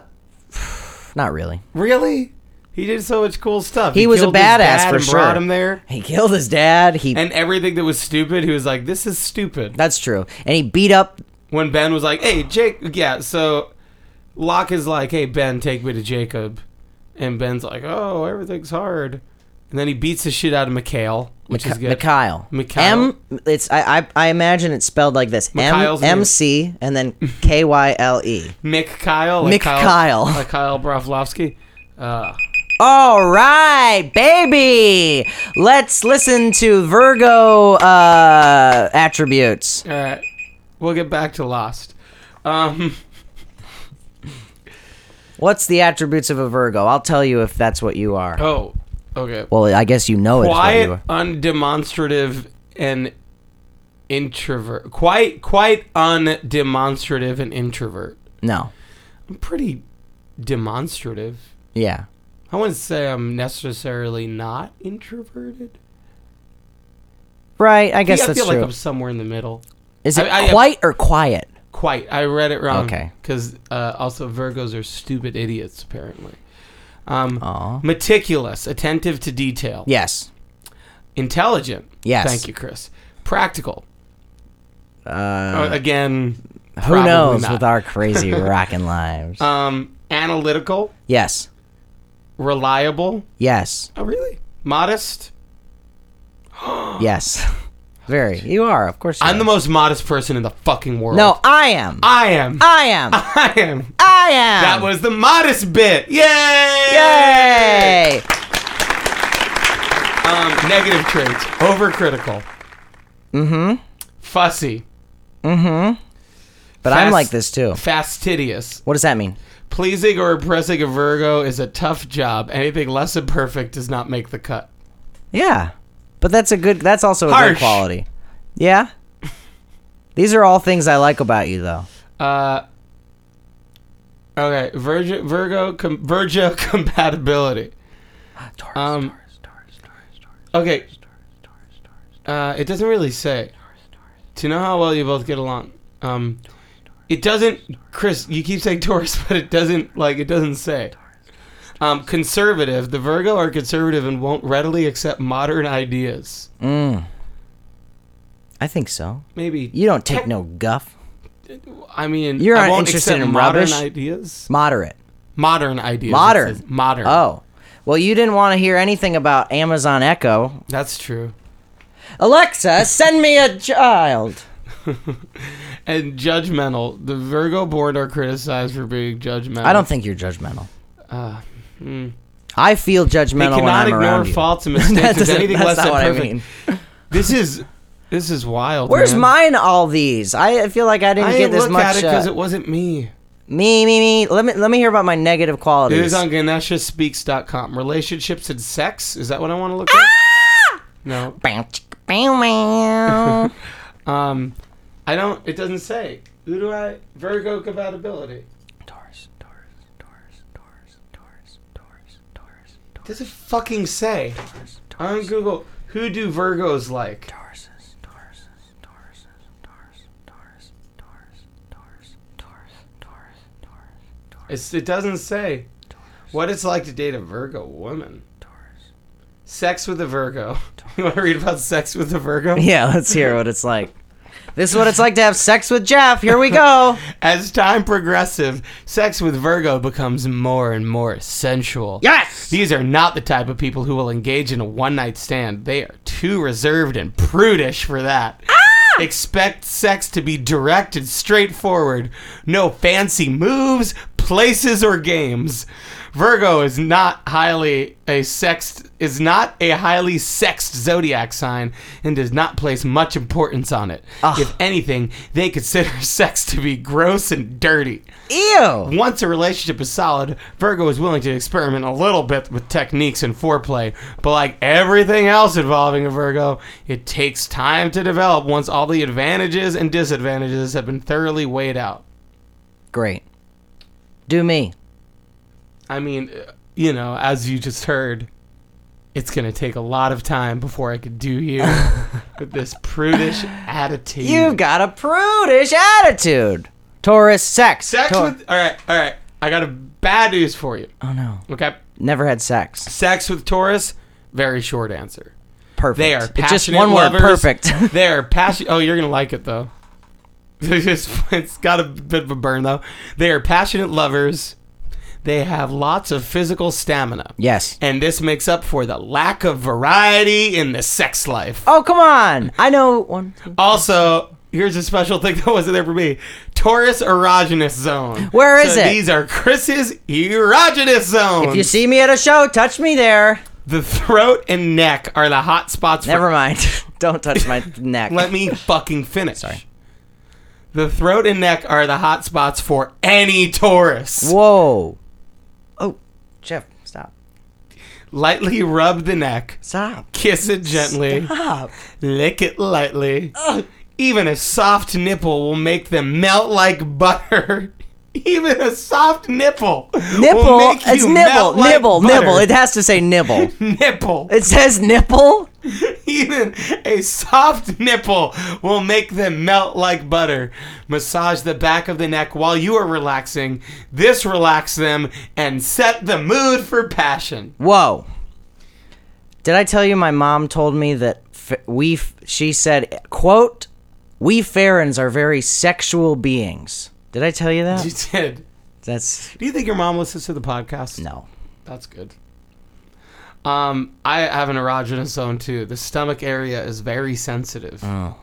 Speaker 1: not really.
Speaker 2: Really? He did so much cool stuff.
Speaker 1: He was a
Speaker 2: killed his
Speaker 1: badass
Speaker 2: dad
Speaker 1: for
Speaker 2: and Brought
Speaker 1: sure.
Speaker 2: him there.
Speaker 1: He killed his dad. He
Speaker 2: and everything that was stupid, he was like, "This is stupid."
Speaker 1: that's true, and he beat up.
Speaker 2: When Ben was like, "Hey, Jake, yeah," so Locke is like, "Hey, Ben, take me to Jacob," and Ben's like, "Oh, everything's hard," and then he beats the shit out of Mikhail, which is good.
Speaker 1: Mikhail.
Speaker 2: Mikhail.
Speaker 1: M. It's I, I. I imagine it's spelled like this. M.
Speaker 2: Mikhail's name.
Speaker 1: M. C. And then K. Y. L. E.
Speaker 2: Mick Kyle,
Speaker 1: Mick
Speaker 2: like
Speaker 1: Kyle.
Speaker 2: like Kyle Broflovsky. Uh,
Speaker 1: All right, baby. Let's listen to Virgo uh, attributes.
Speaker 2: all right, we'll get back to Lost. Um,
Speaker 1: What's the attributes of a Virgo? I'll tell you if that's what you are.
Speaker 2: oh, okay.
Speaker 1: Well, I guess you know it's what you
Speaker 2: quiet,
Speaker 1: are.
Speaker 2: undemonstrative, and introvert. Quite, quite undemonstrative and introvert.
Speaker 1: No.
Speaker 2: I'm pretty demonstrative.
Speaker 1: Yeah.
Speaker 2: I wouldn't say I'm necessarily not introverted.
Speaker 1: Right. I guess
Speaker 2: I
Speaker 1: that's
Speaker 2: feel
Speaker 1: true.
Speaker 2: like I'm somewhere in the middle.
Speaker 1: Is it
Speaker 2: I- I-
Speaker 1: quite or quiet?
Speaker 2: Quite. I read it wrong.
Speaker 1: Okay.
Speaker 2: Because uh, also Virgos are stupid idiots, apparently. Um,
Speaker 1: Aw.
Speaker 2: meticulous, attentive to detail,
Speaker 1: Yes.
Speaker 2: intelligent.
Speaker 1: Yes.
Speaker 2: Thank you, Chris. Practical. Uh, again,
Speaker 1: Who
Speaker 2: probably
Speaker 1: knows
Speaker 2: not.
Speaker 1: with our crazy rockin' lives?
Speaker 2: um, analytical,
Speaker 1: yes.
Speaker 2: reliable.
Speaker 1: Yes.
Speaker 2: Oh, really? Modest,
Speaker 1: yes. Very. You are, of course. You
Speaker 2: I'm
Speaker 1: are.
Speaker 2: the most modest person in the fucking world.
Speaker 1: No, I am.
Speaker 2: I am.
Speaker 1: I am.
Speaker 2: I am.
Speaker 1: I am.
Speaker 2: That was the modest bit. Yay!
Speaker 1: Yay!
Speaker 2: Um, negative traits: overcritical. Mm-hmm. Fussy.
Speaker 1: But I'm
Speaker 2: Fast-
Speaker 1: like this too.
Speaker 2: Fastidious.
Speaker 1: What does that mean?
Speaker 2: Pleasing or impressing a Virgo is a tough job. Anything less than perfect does not make the cut.
Speaker 1: Yeah. But that's a good that's also a good
Speaker 2: Harsh.
Speaker 1: quality. Yeah. These are all things I like about you though.
Speaker 2: Uh, okay, Virgo, Virgo, com, Virgo compatibility.
Speaker 1: Taurus,
Speaker 2: Um, Okay. Uh, it doesn't really say. To know how well you both get along. Um, it doesn't, Chris. You keep saying Taurus, but it doesn't. Like it doesn't say. Um, conservative. The Virgo are conservative and won't readily accept modern ideas.
Speaker 1: Mm. I think so.
Speaker 2: Maybe
Speaker 1: You don't take no guff.
Speaker 2: I mean,
Speaker 1: You're
Speaker 2: I
Speaker 1: not
Speaker 2: won't
Speaker 1: interested
Speaker 2: accept
Speaker 1: in
Speaker 2: modern
Speaker 1: rubbish?
Speaker 2: ideas.
Speaker 1: Moderate.
Speaker 2: Modern ideas. it
Speaker 1: Modern.
Speaker 2: says. Modern.
Speaker 1: Oh. Well, you didn't want to hear anything about Amazon Echo.
Speaker 2: that's true.
Speaker 1: Alexa, send me a child.
Speaker 2: And judgmental. The Virgo born are criticized for being judgmental.
Speaker 1: I don't think you're judgmental.
Speaker 2: Uh, mm.
Speaker 1: I feel
Speaker 2: They
Speaker 1: judgmental when
Speaker 2: cannot
Speaker 1: I'm
Speaker 2: ignore
Speaker 1: around you.
Speaker 2: faults and mistakes as
Speaker 1: doesn't-
Speaker 2: anything
Speaker 1: that's
Speaker 2: less
Speaker 1: not
Speaker 2: than
Speaker 1: what I
Speaker 2: perfect.
Speaker 1: mean.
Speaker 2: This is this is wild.
Speaker 1: Where's
Speaker 2: man.
Speaker 1: mine? All these. I feel like I didn't
Speaker 2: I
Speaker 1: get
Speaker 2: didn't
Speaker 1: this
Speaker 2: look
Speaker 1: much.
Speaker 2: at it
Speaker 1: uh,
Speaker 2: because it wasn't me.
Speaker 1: Me, me, me. Let me let me hear about my negative
Speaker 2: It
Speaker 1: qualities.
Speaker 2: is on GaneshaSpeaks.com. Relationships and sex. Is that what I want to look at?
Speaker 1: Ah!
Speaker 2: No.
Speaker 1: Bow, chicka, bow, meow.
Speaker 2: Um, I don't. It doesn't say. Who do I? Virgo compatibility.
Speaker 1: Taurus, Taurus, Taurus, Taurus, Taurus, Taurus, Taurus, Taurus,
Speaker 2: Does it fucking say?
Speaker 1: Taurus,
Speaker 2: On Google, who do Virgos like?
Speaker 1: Taurus, Taurus, Taurus, Taurus, Taurus, Taurus, Taurus, Taurus, Taurus, Taurus,
Speaker 2: It's, it doesn't say. What it's like to date a Virgo woman. Sex with a Virgo. You want to read about sex with a Virgo?
Speaker 1: Yeah, let's hear what it's like. This is what it's like to have sex with Jeff. Here we go.
Speaker 2: As time progresses, sex with Virgo becomes more and more sensual.
Speaker 1: Yes.
Speaker 2: These are not the type of people who will engage in a one night stand. They are too reserved and prudish for that. Expect sex to be direct and straightforward. No fancy moves, places, or games. Virgo is not highly a sexed is not a highly sexed zodiac sign and does not place much importance on it. If anything, they consider sex to be gross and dirty.
Speaker 1: Ew.
Speaker 2: Once a relationship is solid, Virgo is willing to experiment a little bit with techniques and foreplay, but like everything else involving a Virgo, it takes time to develop once all the advantages and disadvantages have been thoroughly weighed out.
Speaker 1: Great. Do me.
Speaker 2: I mean, uh, you know, as you just heard, it's going to take a lot of time before I could do you with this prudish attitude.
Speaker 1: You've got a prudish attitude. Taurus sex.
Speaker 2: sex
Speaker 1: Tau-
Speaker 2: with. All right, all right. I got a bad news for you.
Speaker 1: Oh no.
Speaker 2: Okay.
Speaker 1: Never had sex.
Speaker 2: Sex with Taurus, very short answer.
Speaker 1: Perfect.
Speaker 2: They are
Speaker 1: It's
Speaker 2: passionate
Speaker 1: just one word.
Speaker 2: lovers.
Speaker 1: Perfect.
Speaker 2: they are passionate. Oh, you're gonna like it though. It's just- it's got a bit of a burn though. They are passionate lovers. They have lots of physical stamina.
Speaker 1: yes.
Speaker 2: And this makes up for the lack of variety in the sex life.
Speaker 1: Oh come on. I know one. two.
Speaker 2: Also, here's a special thing that wasn't there for me: Taurus erogenous zone.
Speaker 1: Where is
Speaker 2: So
Speaker 1: it?
Speaker 2: These are Chris's erogenous zone.
Speaker 1: If you see me at a show, touch me there.
Speaker 2: the throat and neck are the hot spots. for
Speaker 1: Never mind. Don't touch my neck.
Speaker 2: Let me fucking finish. Sorry. The throat and neck are the hot spots for any Taurus.
Speaker 1: Whoa. Oh, Jeff, stop.
Speaker 2: Lightly rub the neck,
Speaker 1: Stop.
Speaker 2: kiss it gently,
Speaker 1: Stop.
Speaker 2: lick it lightly. Even a soft nipple will make them melt like butter. Even a soft nipple. will
Speaker 1: Nipple.
Speaker 2: make
Speaker 1: It's
Speaker 2: you
Speaker 1: nibble.
Speaker 2: melt like
Speaker 1: Nibble. nibble.
Speaker 2: butter.
Speaker 1: It has to say nibble.
Speaker 2: nipple.
Speaker 1: it says nipple.
Speaker 2: Even a soft nipple will make them melt like butter. Massage the back of the neck while you are relaxing. This relax them and set the mood for passion.
Speaker 1: Whoa. Did I tell you my mom told me that f- we f- she said quote we Farrens are very sexual beings. Did I tell you
Speaker 2: You
Speaker 1: that?
Speaker 2: did.
Speaker 1: That's
Speaker 2: Do you think your mom listens to the podcast?
Speaker 1: no.
Speaker 2: That's good. Um, I have an erogenous zone too. The stomach area is very sensitive.
Speaker 1: Oh.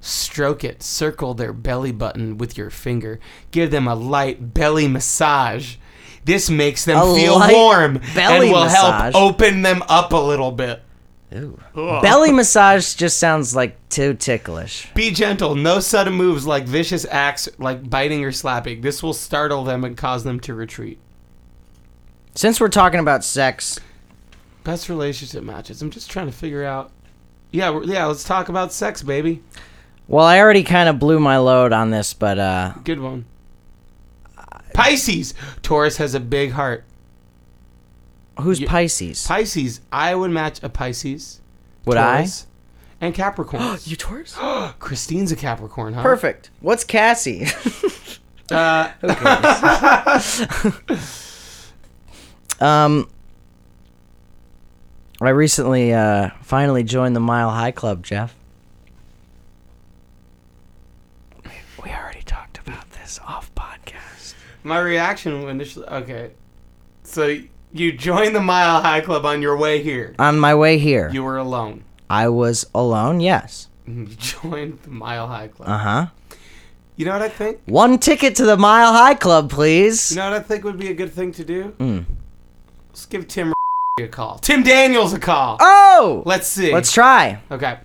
Speaker 2: Stroke it. Circle their belly button with your finger. Give them a light belly massage. This makes them
Speaker 1: A
Speaker 2: feel
Speaker 1: light
Speaker 2: warm
Speaker 1: belly
Speaker 2: and will
Speaker 1: massage?
Speaker 2: help open them up a little bit.
Speaker 1: Belly massage just sounds like too ticklish.
Speaker 2: Be gentle. No sudden moves like vicious acts like biting or slapping. This will startle them and cause them to retreat.
Speaker 1: Since we're talking about sex,
Speaker 2: Best relationship matches. I'm just trying to figure out. Yeah, we're- yeah. Let's talk about sex, baby.
Speaker 1: well, I already kind of blew my load on this, but uh,
Speaker 2: Good one. Pisces. Taurus has a big heart.
Speaker 1: who's
Speaker 2: You-
Speaker 1: Pisces?
Speaker 2: Pisces. I would match a Pisces.
Speaker 1: Would
Speaker 2: Taurus, And Capricorn.
Speaker 1: I? You Taurus?
Speaker 2: Christine's a Capricorn, huh?
Speaker 1: Perfect. What's Cassie?
Speaker 2: Uh,
Speaker 1: um, I recently uh, finally joined the Mile High Club, Jeff. We already talked about this off podcast.
Speaker 2: my reaction initially. Okay. So you joined the Mile High Club on your way here.
Speaker 1: On my way here,
Speaker 2: You were alone.
Speaker 1: I was alone. Yes.
Speaker 2: And You joined the Mile High Club.
Speaker 1: Uh huh.
Speaker 2: You know what I think?
Speaker 1: One ticket to the Mile High Club, please.
Speaker 2: You know what I think would be a good thing to do?
Speaker 1: Hmm.
Speaker 2: Let's give Tim a call. Tim Daniels a call.
Speaker 1: Oh,
Speaker 2: Let's see.
Speaker 1: let's try.
Speaker 2: Okay.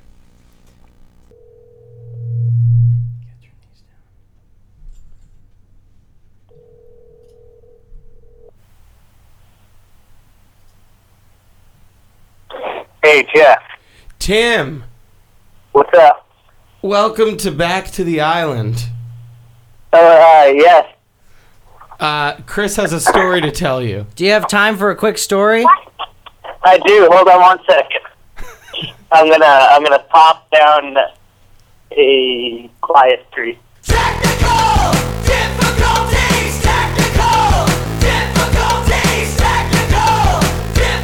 Speaker 5: Hey Jeff,
Speaker 2: Tim,
Speaker 5: what's up?
Speaker 2: welcome to Back to the Island.
Speaker 5: Uh, yes.
Speaker 2: Uh, Chris has a story to tell you.
Speaker 1: Do you have time for a quick story?
Speaker 5: I do. Hold on one second. I'm gonna I'm gonna pop down a quiet street.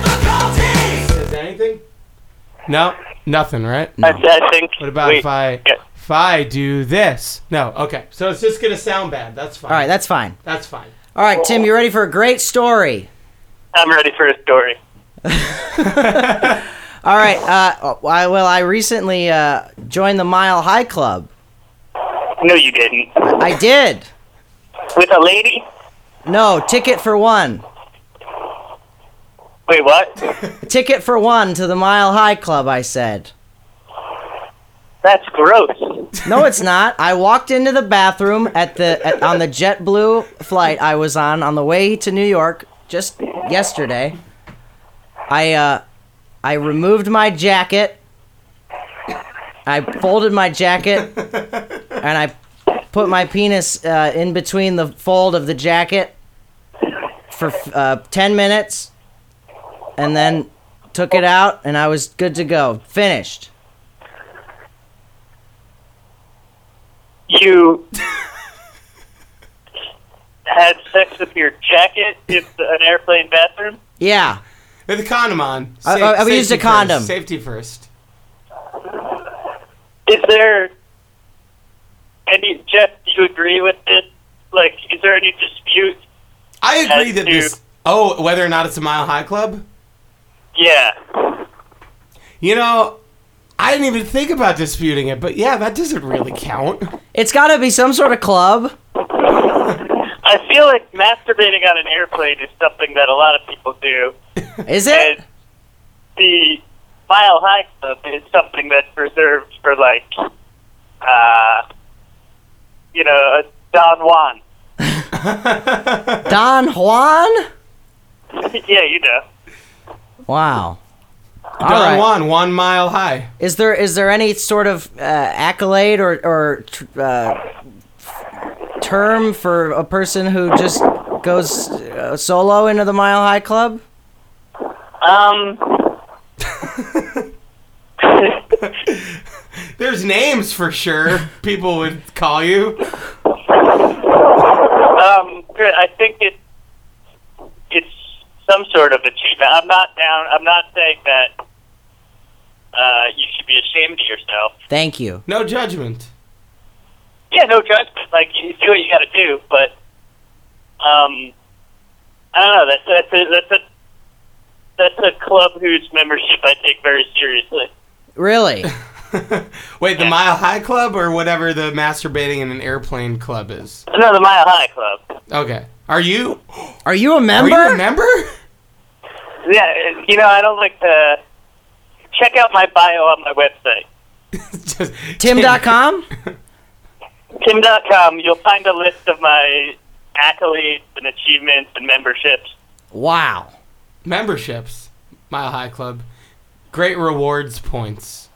Speaker 2: Is there anything? No, nothing, right?
Speaker 5: I, I think.
Speaker 2: What about
Speaker 5: wait,
Speaker 2: if I
Speaker 5: yeah.
Speaker 2: if I do this? No. Okay. So it's just gonna sound bad. That's fine.
Speaker 1: All right, that's fine.
Speaker 2: that's fine.
Speaker 1: All right, Tim, you ready for a great story?
Speaker 5: I'm ready for a story.
Speaker 1: All right. Uh, I, well, I recently uh, joined the Mile High Club.
Speaker 5: No, you didn't.
Speaker 1: I did.
Speaker 5: With a lady?
Speaker 1: No, ticket for one.
Speaker 5: Wait, what?
Speaker 1: Ticket for one to the Mile High Club, I said.
Speaker 5: That's gross.
Speaker 1: No, it's not. I walked into the bathroom at the at, on the JetBlue flight I was on on the way to New York just yesterday. I uh, I removed my jacket. I folded my jacket, and I put my penis uh, in between the fold of the jacket for uh, ten minutes, and then took it out, and I was good to go. Finished.
Speaker 5: You had sex with your jacket in an airplane bathroom?
Speaker 1: Yeah.
Speaker 2: With a condom on.
Speaker 1: I-
Speaker 2: Sa-
Speaker 1: I- I
Speaker 2: safety
Speaker 1: Uh, used a condom.
Speaker 2: First. Safety first.
Speaker 5: Is there any Jeff? Do you agree with it? Like, is there any dispute?
Speaker 2: I agree that
Speaker 5: Dude.
Speaker 2: this. Oh, whether or not it's a Mile High Club.
Speaker 5: Yeah.
Speaker 2: You know, I didn't even think about disputing it, but yeah, that doesn't really count.
Speaker 1: It's got to be some sort of club.
Speaker 5: I feel like masturbating on an airplane is something that a lot of people do,
Speaker 1: Is it?
Speaker 5: and the mile high club is something that's reserved for like, uh, you know, a Don Juan.
Speaker 1: Don Juan?
Speaker 5: yeah, you know.
Speaker 1: Wow.
Speaker 2: Don
Speaker 1: right.
Speaker 2: Juan, one mile high.
Speaker 1: Is there is there any sort of uh, accolade or or tr- uh, term for a person who just goes uh, solo into the Mile High Club?
Speaker 5: Um,
Speaker 2: There's names for sure. People would call you.
Speaker 5: um, I think it it's some sort of achievement. I'm not down. I'm not saying that uh, you should be ashamed of yourself.
Speaker 1: Thank you.
Speaker 2: No judgment.
Speaker 5: Yeah, no judgment. Like you do what you got to do, but um, I don't know. That's that's a, that's a that's a club whose membership I take very seriously.
Speaker 1: Really?
Speaker 2: Wait, the Mile High Club or whatever the masturbating in an airplane club is.
Speaker 5: No, the Mile High Club.
Speaker 2: Okay. Are you?
Speaker 1: Are you a member?
Speaker 2: Are you a member?
Speaker 5: Yeah, it- you know, I don't like to check out my bio on my website.
Speaker 2: Just-
Speaker 1: Tim.com?
Speaker 5: Tim.com, you'll find a list of my accolades and achievements and memberships.
Speaker 1: Wow.
Speaker 2: Memberships. Mile High Club. Great rewards points.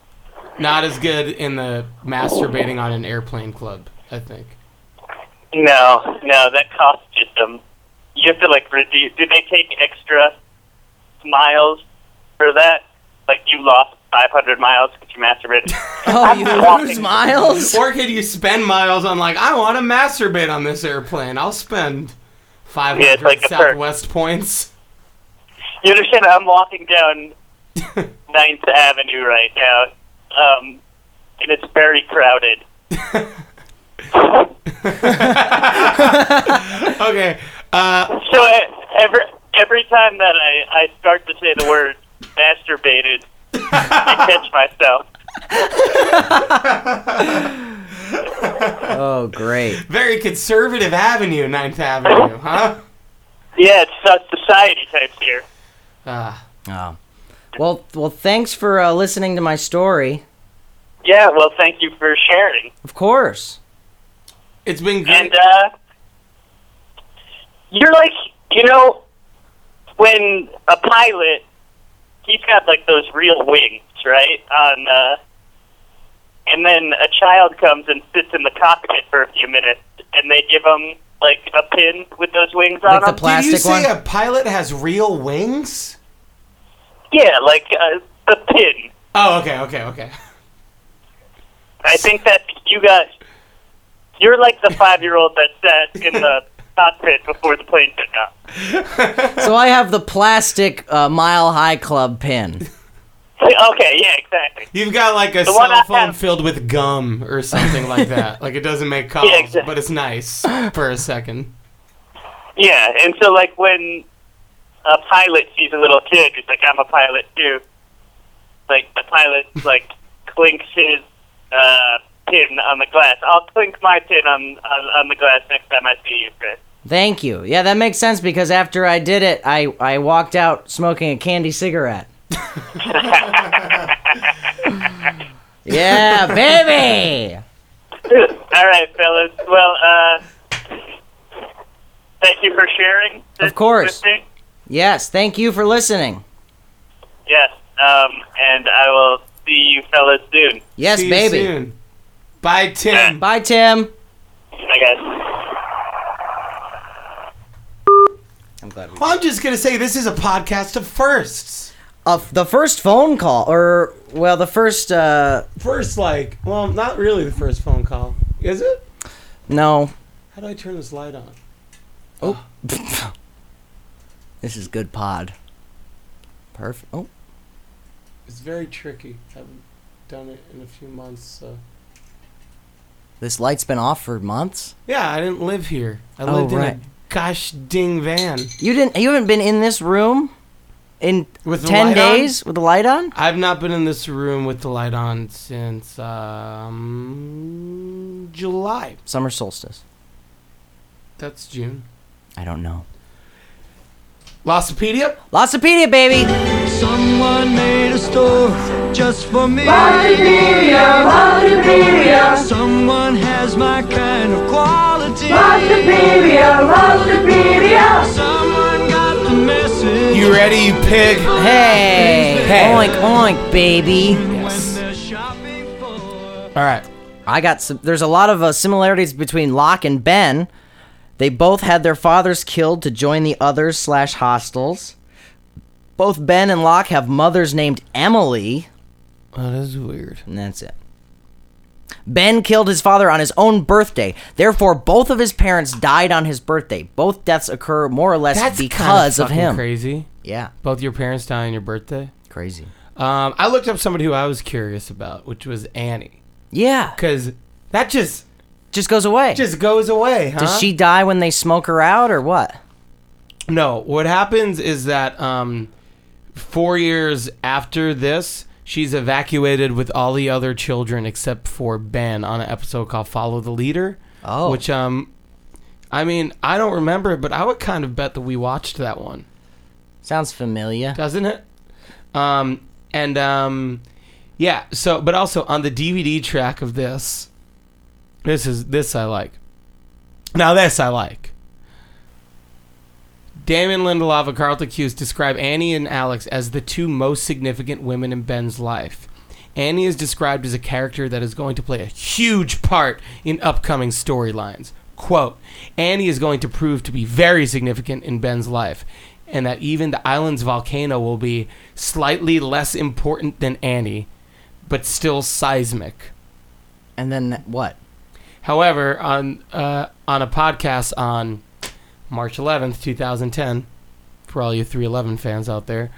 Speaker 2: Not as good in the masturbating on an airplane club, I think.
Speaker 5: No, no, that cost system. You have to like reduce. Do they take extra miles for that? Like you lost 500 miles because you masturbated.
Speaker 1: Oh, you lose
Speaker 5: walking.
Speaker 1: miles?
Speaker 2: Or could you spend miles on like I want to masturbate on this airplane? I'll spend five hundred
Speaker 5: Yeah, it's like a perk.
Speaker 2: Southwest points.
Speaker 5: you understand? I'm walking down Ninth Avenue right now, um, and it's very crowded.
Speaker 2: Okay. Uh,
Speaker 5: So I, every every time that I I start to say the word masturbated, I catch myself.
Speaker 1: Oh, great.
Speaker 2: very conservative avenue, Ninth
Speaker 5: Oh.
Speaker 2: Avenue, huh?
Speaker 5: Yeah, it's uh, society types here.
Speaker 2: Uh,
Speaker 1: Oh. Well, well, thanks for uh, listening to my story.
Speaker 5: Yeah, well, thank you for sharing.
Speaker 1: Of course.
Speaker 2: it's been great.
Speaker 5: And uh, you're like, you know, when a pilot, he's got like those real wings, right? On, uh, and then a child comes and sits in the cockpit for a few minutes, and they give him like a pin with those wings on
Speaker 1: Like the
Speaker 5: him.
Speaker 2: Did you
Speaker 1: plastic
Speaker 2: say
Speaker 1: one?
Speaker 2: a pilot has real wings?
Speaker 5: yeah, like uh, the pin.
Speaker 2: Oh, okay, okay, okay.
Speaker 5: I think that you got. You're like the five-year-old that sat in the cockpit before the plane took off.
Speaker 1: so I have the plastic uh, Mile High Club pin.
Speaker 5: Okay, yeah, exactly.
Speaker 2: You've got like a
Speaker 5: one I
Speaker 2: cell phone
Speaker 5: have-
Speaker 2: filled with gum or something like that. Like it doesn't make calls,
Speaker 5: exact-
Speaker 2: but it's nice for a second.
Speaker 5: Yeah, and so like when a pilot sees a little kid, he's like, "I'm a pilot too." Like the pilot like clinks his uh, pin on the glass. I'll clink my pin on, on on the glass next time I see you, Chris.
Speaker 1: Thank you. Yeah, that makes sense because after I did it, I, I walked out smoking a candy cigarette. yeah, baby!
Speaker 5: All right, fellas. Well, uh, thank you for sharing. This,
Speaker 1: Of course.
Speaker 5: this thing.
Speaker 1: Yes, thank you for listening.
Speaker 5: Yes. Um, and I will see you fellas soon.
Speaker 1: Yes,
Speaker 2: See you
Speaker 1: baby.
Speaker 2: soon. Bye, Tim.
Speaker 1: Bye, Tim.
Speaker 5: I guess.
Speaker 1: I'm glad we.
Speaker 2: Well, I'm just gonna say this is a podcast of firsts.
Speaker 1: Uh, the first phone call, or, well, the first, uh,
Speaker 2: First, like, well, not really the first phone call, is it?
Speaker 1: no.
Speaker 2: How do I turn this light on?
Speaker 1: This is good pod. Perfect. Oh,
Speaker 2: It's very tricky. I haven't done it in a few months, so.
Speaker 1: this light's been off for months.
Speaker 2: Yeah, I didn't live here. I
Speaker 1: Oh,
Speaker 2: lived
Speaker 1: right.
Speaker 2: in a gosh ding van.
Speaker 1: You didn't. You haven't been in this room in
Speaker 2: With the
Speaker 1: ten
Speaker 2: light on?
Speaker 1: days with the light on.
Speaker 2: I've not been in this room with the light on since um, July.
Speaker 1: Summer solstice.
Speaker 2: That's June.
Speaker 1: I don't know.
Speaker 2: Lossopedia?
Speaker 1: Lossopedia, baby.
Speaker 6: Someone made a store just for me. Someone has my kind of quality. Someone got the message.
Speaker 2: You ready, you pig?
Speaker 1: Hey.
Speaker 2: Hey.
Speaker 1: Oink oink, baby.
Speaker 2: Yes.
Speaker 6: They're shopping for.
Speaker 2: All right.
Speaker 1: I got some. There's a lot of uh, similarities between Locke and Ben. They both had their fathers killed to join the others slash hostels. Both Ben and Locke have mothers named Emily.
Speaker 2: Oh, That is weird.
Speaker 1: And that's it. Ben killed his father on his own birthday. Therefore, both of his parents died on his birthday. Both deaths occur more or less
Speaker 2: That's
Speaker 1: because
Speaker 2: kinda
Speaker 1: of him.
Speaker 2: fucking Crazy.
Speaker 1: Yeah,
Speaker 2: Both your parents die on your birthday.
Speaker 1: crazy.
Speaker 2: Um, I looked up somebody who I was curious about, which was Annie,
Speaker 1: Yeah,
Speaker 2: because that just
Speaker 1: just goes away.
Speaker 2: just goes away, huh?
Speaker 1: Does she die when they smoke her out or what?
Speaker 2: No. What happens is that um, four years after this, she's evacuated with all the other children except for Ben on an episode called "Follow the Leader."
Speaker 1: Oh.
Speaker 2: which um, I mean, I don't remember it, but I would kind of bet that we watched that one,
Speaker 1: Sounds familiar.
Speaker 2: doesn't it? Um, and um, yeah. So, but also on the DVD track of this, this is this I like. Now this I like. Damon Lindelof and Carlton Hughes describe Annie and Alex as the two most significant women in Ben's life. Annie is described as a character that is going to play a huge part in upcoming storylines. Quote Annie is going to prove to be very significant in Ben's life, and that even the island's volcano will be slightly less important than Annie, but still seismic.
Speaker 1: And then what?
Speaker 2: However, on uh, on a podcast on March 11th, 2010, for all you 311 fans out there,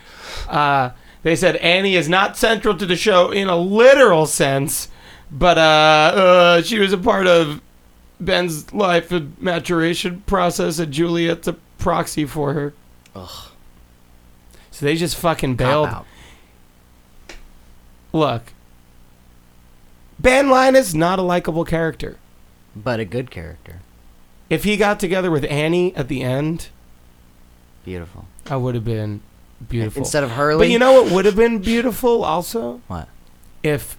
Speaker 2: uh, they said Annie is not central to the show in a literal sense, but uh, uh, she was a part of Ben's life and maturation process, and Juliet's a proxy for her. Ugh. So they just fucking bailed.
Speaker 1: Cop out.
Speaker 2: Look, Ben Linus not a likable character.
Speaker 1: But a good character.
Speaker 2: If he got together with Annie at the end,
Speaker 1: Beautiful.
Speaker 2: I would have been beautiful.
Speaker 1: Instead of Hurley.
Speaker 2: but you know what would have been beautiful also?
Speaker 1: what?
Speaker 2: If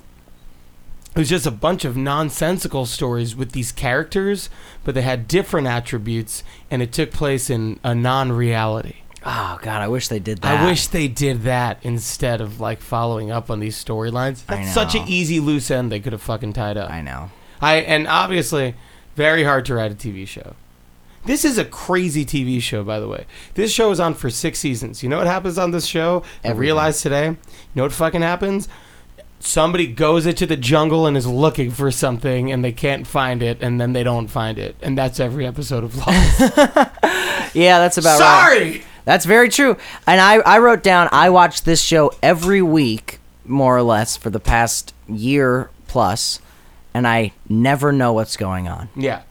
Speaker 2: it was just a bunch of nonsensical stories with these characters, but they had different attributes and it took place in a non reality.
Speaker 1: Oh God, I wish they did that.
Speaker 2: I wish they did that instead of like following up on these storylines.
Speaker 1: I
Speaker 2: That's such an
Speaker 1: know.
Speaker 2: easy loose end they could have fucking tied up.
Speaker 1: I know.
Speaker 2: I and obviously very hard to write a TV show. This is a crazy TV show, by the way. This show is on for six seasons. You know what happens on this show? I
Speaker 1: Everything.
Speaker 2: realized today. You know what fucking happens? Somebody goes into the jungle and is looking for something, and they can't find it, and then they don't find it, and that's every episode of Lost.
Speaker 1: Yeah, that's about right.
Speaker 2: Sorry.
Speaker 1: That's very true. And I, I wrote down I watched this show every week, more or less, for the past year plus, and I never know what's going on.
Speaker 2: Yeah,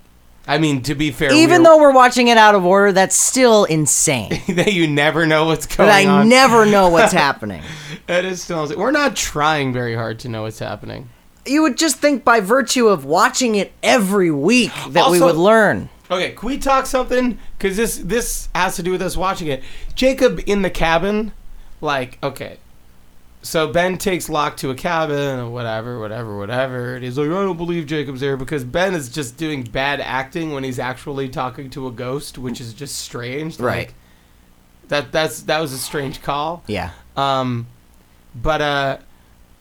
Speaker 2: I mean to be fair,
Speaker 1: Even
Speaker 2: we're-
Speaker 1: though we're watching it out of order, that's still insane.
Speaker 2: that you never know what's
Speaker 1: But
Speaker 2: going
Speaker 1: I
Speaker 2: on.
Speaker 1: never know what's happening.
Speaker 2: That is still. We're not trying very hard to know what's happening.
Speaker 1: You would just think by virtue of watching it every week that we
Speaker 2: Also-
Speaker 1: would learn.
Speaker 2: Okay, can we talk something? Because this this has to do with us watching it. Jacob in the cabin, like okay, so Ben takes Locke to a cabin or whatever, whatever, whatever. And he's like, I don't believe Jacob's there because Ben is just doing bad acting when he's actually talking to a ghost, which is just strange. like,
Speaker 1: Right.
Speaker 2: that that's that was a strange call.
Speaker 1: Yeah.
Speaker 2: Um, but uh,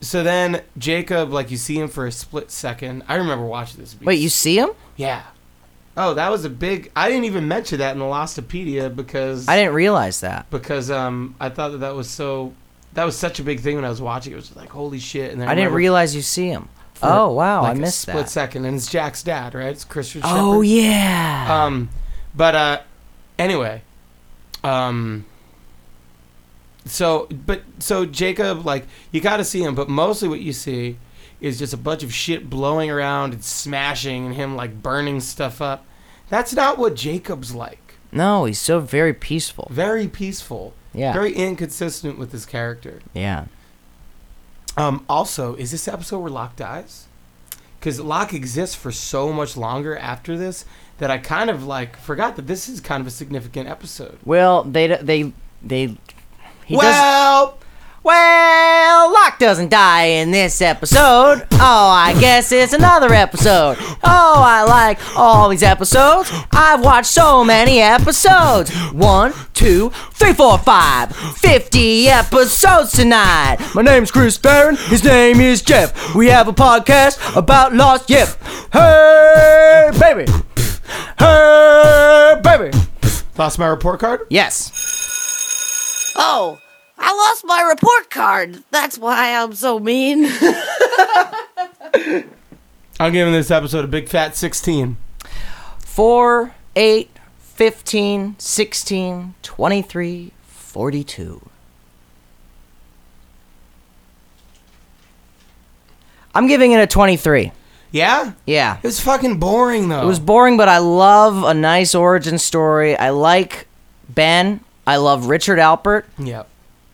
Speaker 2: so then Jacob, like you see him for a split second. I remember watching this.
Speaker 1: Wait, you see him?
Speaker 2: Yeah. Oh, that was a big. I didn't even mention that in the Lostopedia because
Speaker 1: I didn't realize that.
Speaker 2: because um I thought that that was so that was such a big thing when I was watching. It It was like holy shit, and then
Speaker 1: I didn't
Speaker 2: remember
Speaker 1: realize you see him.
Speaker 2: for,
Speaker 1: Oh wow,
Speaker 2: like,
Speaker 1: I missed
Speaker 2: a split
Speaker 1: that.
Speaker 2: second, and it's Jack's dad, right? It's Christian.
Speaker 1: Oh
Speaker 2: Shepherd.
Speaker 1: yeah.
Speaker 2: Um, but uh, anyway, um, so but so Jacob, like you got to see him, but mostly what you see is just a bunch of shit blowing around and smashing, and him like burning stuff up. That's not what Jacob's like.
Speaker 1: No, he's so very peaceful.
Speaker 2: Very peaceful.
Speaker 1: Yeah.
Speaker 2: Very inconsistent with his character.
Speaker 1: Yeah.
Speaker 2: Um, also, is this the episode where Locke dies? Because Locke exists for so much longer after this that I kind of like forgot that this is kind of a significant episode.
Speaker 1: Well, they d- they they. He does,
Speaker 2: well,
Speaker 1: well, Locke doesn't die in this episode. Oh, I guess it's another episode. Oh, I like all these episodes. I've watched so many episodes. One, two, three, four, five. Fifty episodes tonight. My name's Chris Barron. His name is Jeff. We have a podcast about Lost Yip. Hey, baby. Hey, baby.
Speaker 2: lost my report card.
Speaker 1: Yes.
Speaker 7: Oh, I lost my report card. That's why I'm so mean.
Speaker 2: I'm giving this episode a big fat 16.
Speaker 1: 4, 8, 15, 16, 23, 42. I'm giving it a 23.
Speaker 2: Yeah,
Speaker 1: Yeah.
Speaker 2: it was fucking boring though.
Speaker 1: It was boring, but I love a nice origin story. I like Ben. I love Richard Alpert.
Speaker 2: yeah.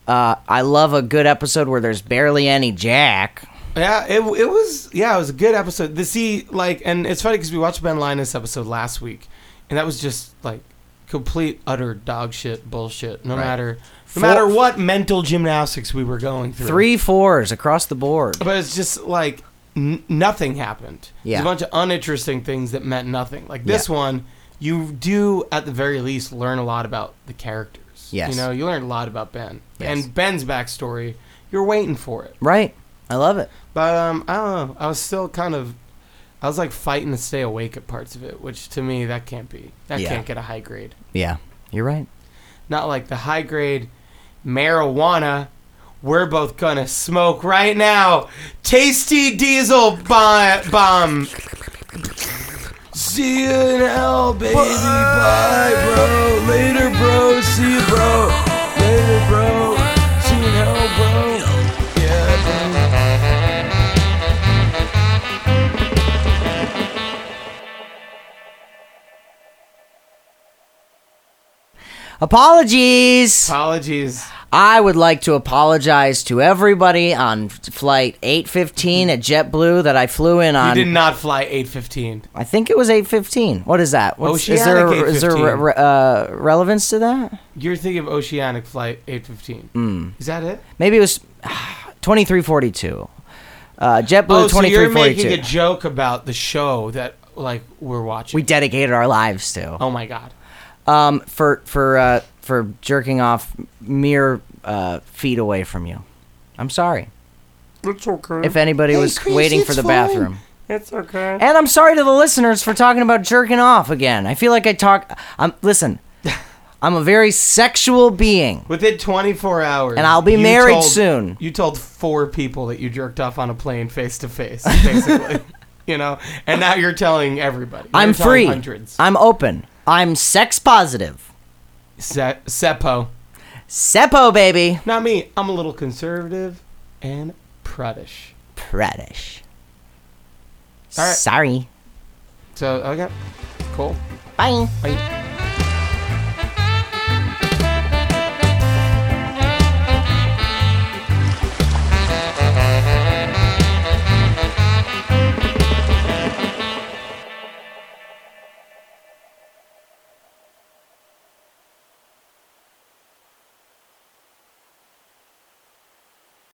Speaker 1: Uh, I love a good episode where there's barely any Jack.
Speaker 2: Yeah, it, it was yeah, it was a good episode. The see like, and it's funny because we watched Ben Linus episode last week, and that was just like complete utter dog shit bullshit. No matter no matter what mental gymnastics we were going through.
Speaker 1: Three fours across the board.
Speaker 2: but it's just like n- nothing happened.
Speaker 1: Yeah.
Speaker 2: There's a bunch of uninteresting things that meant nothing. Like this
Speaker 1: Yeah.
Speaker 2: one, you do at the very least learn a lot about the characters.
Speaker 1: Yes.
Speaker 2: You know, you learn a lot about Ben
Speaker 1: Yes.
Speaker 2: and Ben's backstory. You're waiting for it.
Speaker 1: Right. I love it.
Speaker 2: But um, I don't know. I was still kind of, I was like fighting to stay awake at parts of it, which to me that can't be. That
Speaker 1: Yeah.
Speaker 2: can't get a high grade.
Speaker 1: Yeah. You're right.
Speaker 2: Not like the high grade marijuana. We're both gonna smoke right now. Tasty diesel bomb. bomb. See you in hell, baby. Bye, bro. Later, bro. See you, bro. Later, bro. See you in hell, bro.
Speaker 1: Apologies.
Speaker 2: Apologies.
Speaker 1: I would like to apologize to everybody on f- flight 815 at JetBlue that I flew in
Speaker 2: You
Speaker 1: on.
Speaker 2: did not fly 815.
Speaker 1: I think it was 815. What is that?
Speaker 2: Oh,
Speaker 1: What's, is
Speaker 2: Oceanic
Speaker 1: there, is there
Speaker 2: 815.
Speaker 1: re- uh, relevance to that?
Speaker 2: You're thinking of Oceanic Flight 815. Is that it?
Speaker 1: Maybe it was 2342. Uh, JetBlue
Speaker 2: Oh, so you're
Speaker 1: 2342.
Speaker 2: making a joke about the show that like we're watching.
Speaker 1: we dedicated our lives to.
Speaker 2: oh my god.
Speaker 1: Um, for for uh, for jerking off mere uh, feet away from you. I'm sorry.
Speaker 2: It's okay.
Speaker 1: If anybody was
Speaker 2: Chris,
Speaker 1: waiting for
Speaker 2: it's
Speaker 1: the
Speaker 2: fine.
Speaker 1: bathroom.
Speaker 2: it's okay.
Speaker 1: And I'm sorry to the listeners for talking about jerking off again. I feel like I talk. I'm listen. I'm a very sexual being.
Speaker 2: Within 24 hours.
Speaker 1: And I'll be
Speaker 2: you
Speaker 1: married soon.
Speaker 2: You told four people that you jerked off on a plane face to face, basically. you know, and now you're telling everybody. You're
Speaker 1: I'm
Speaker 2: telling
Speaker 1: free.
Speaker 2: Hundreds.
Speaker 1: I'm open. I'm sex positive.
Speaker 2: Se- Seppo.
Speaker 1: Seppo baby.
Speaker 2: Not me. I'm a little conservative and prudish.
Speaker 1: Pradish.
Speaker 2: All right.
Speaker 1: Sorry.
Speaker 2: So okay, cool.
Speaker 1: Bye.
Speaker 2: Bye.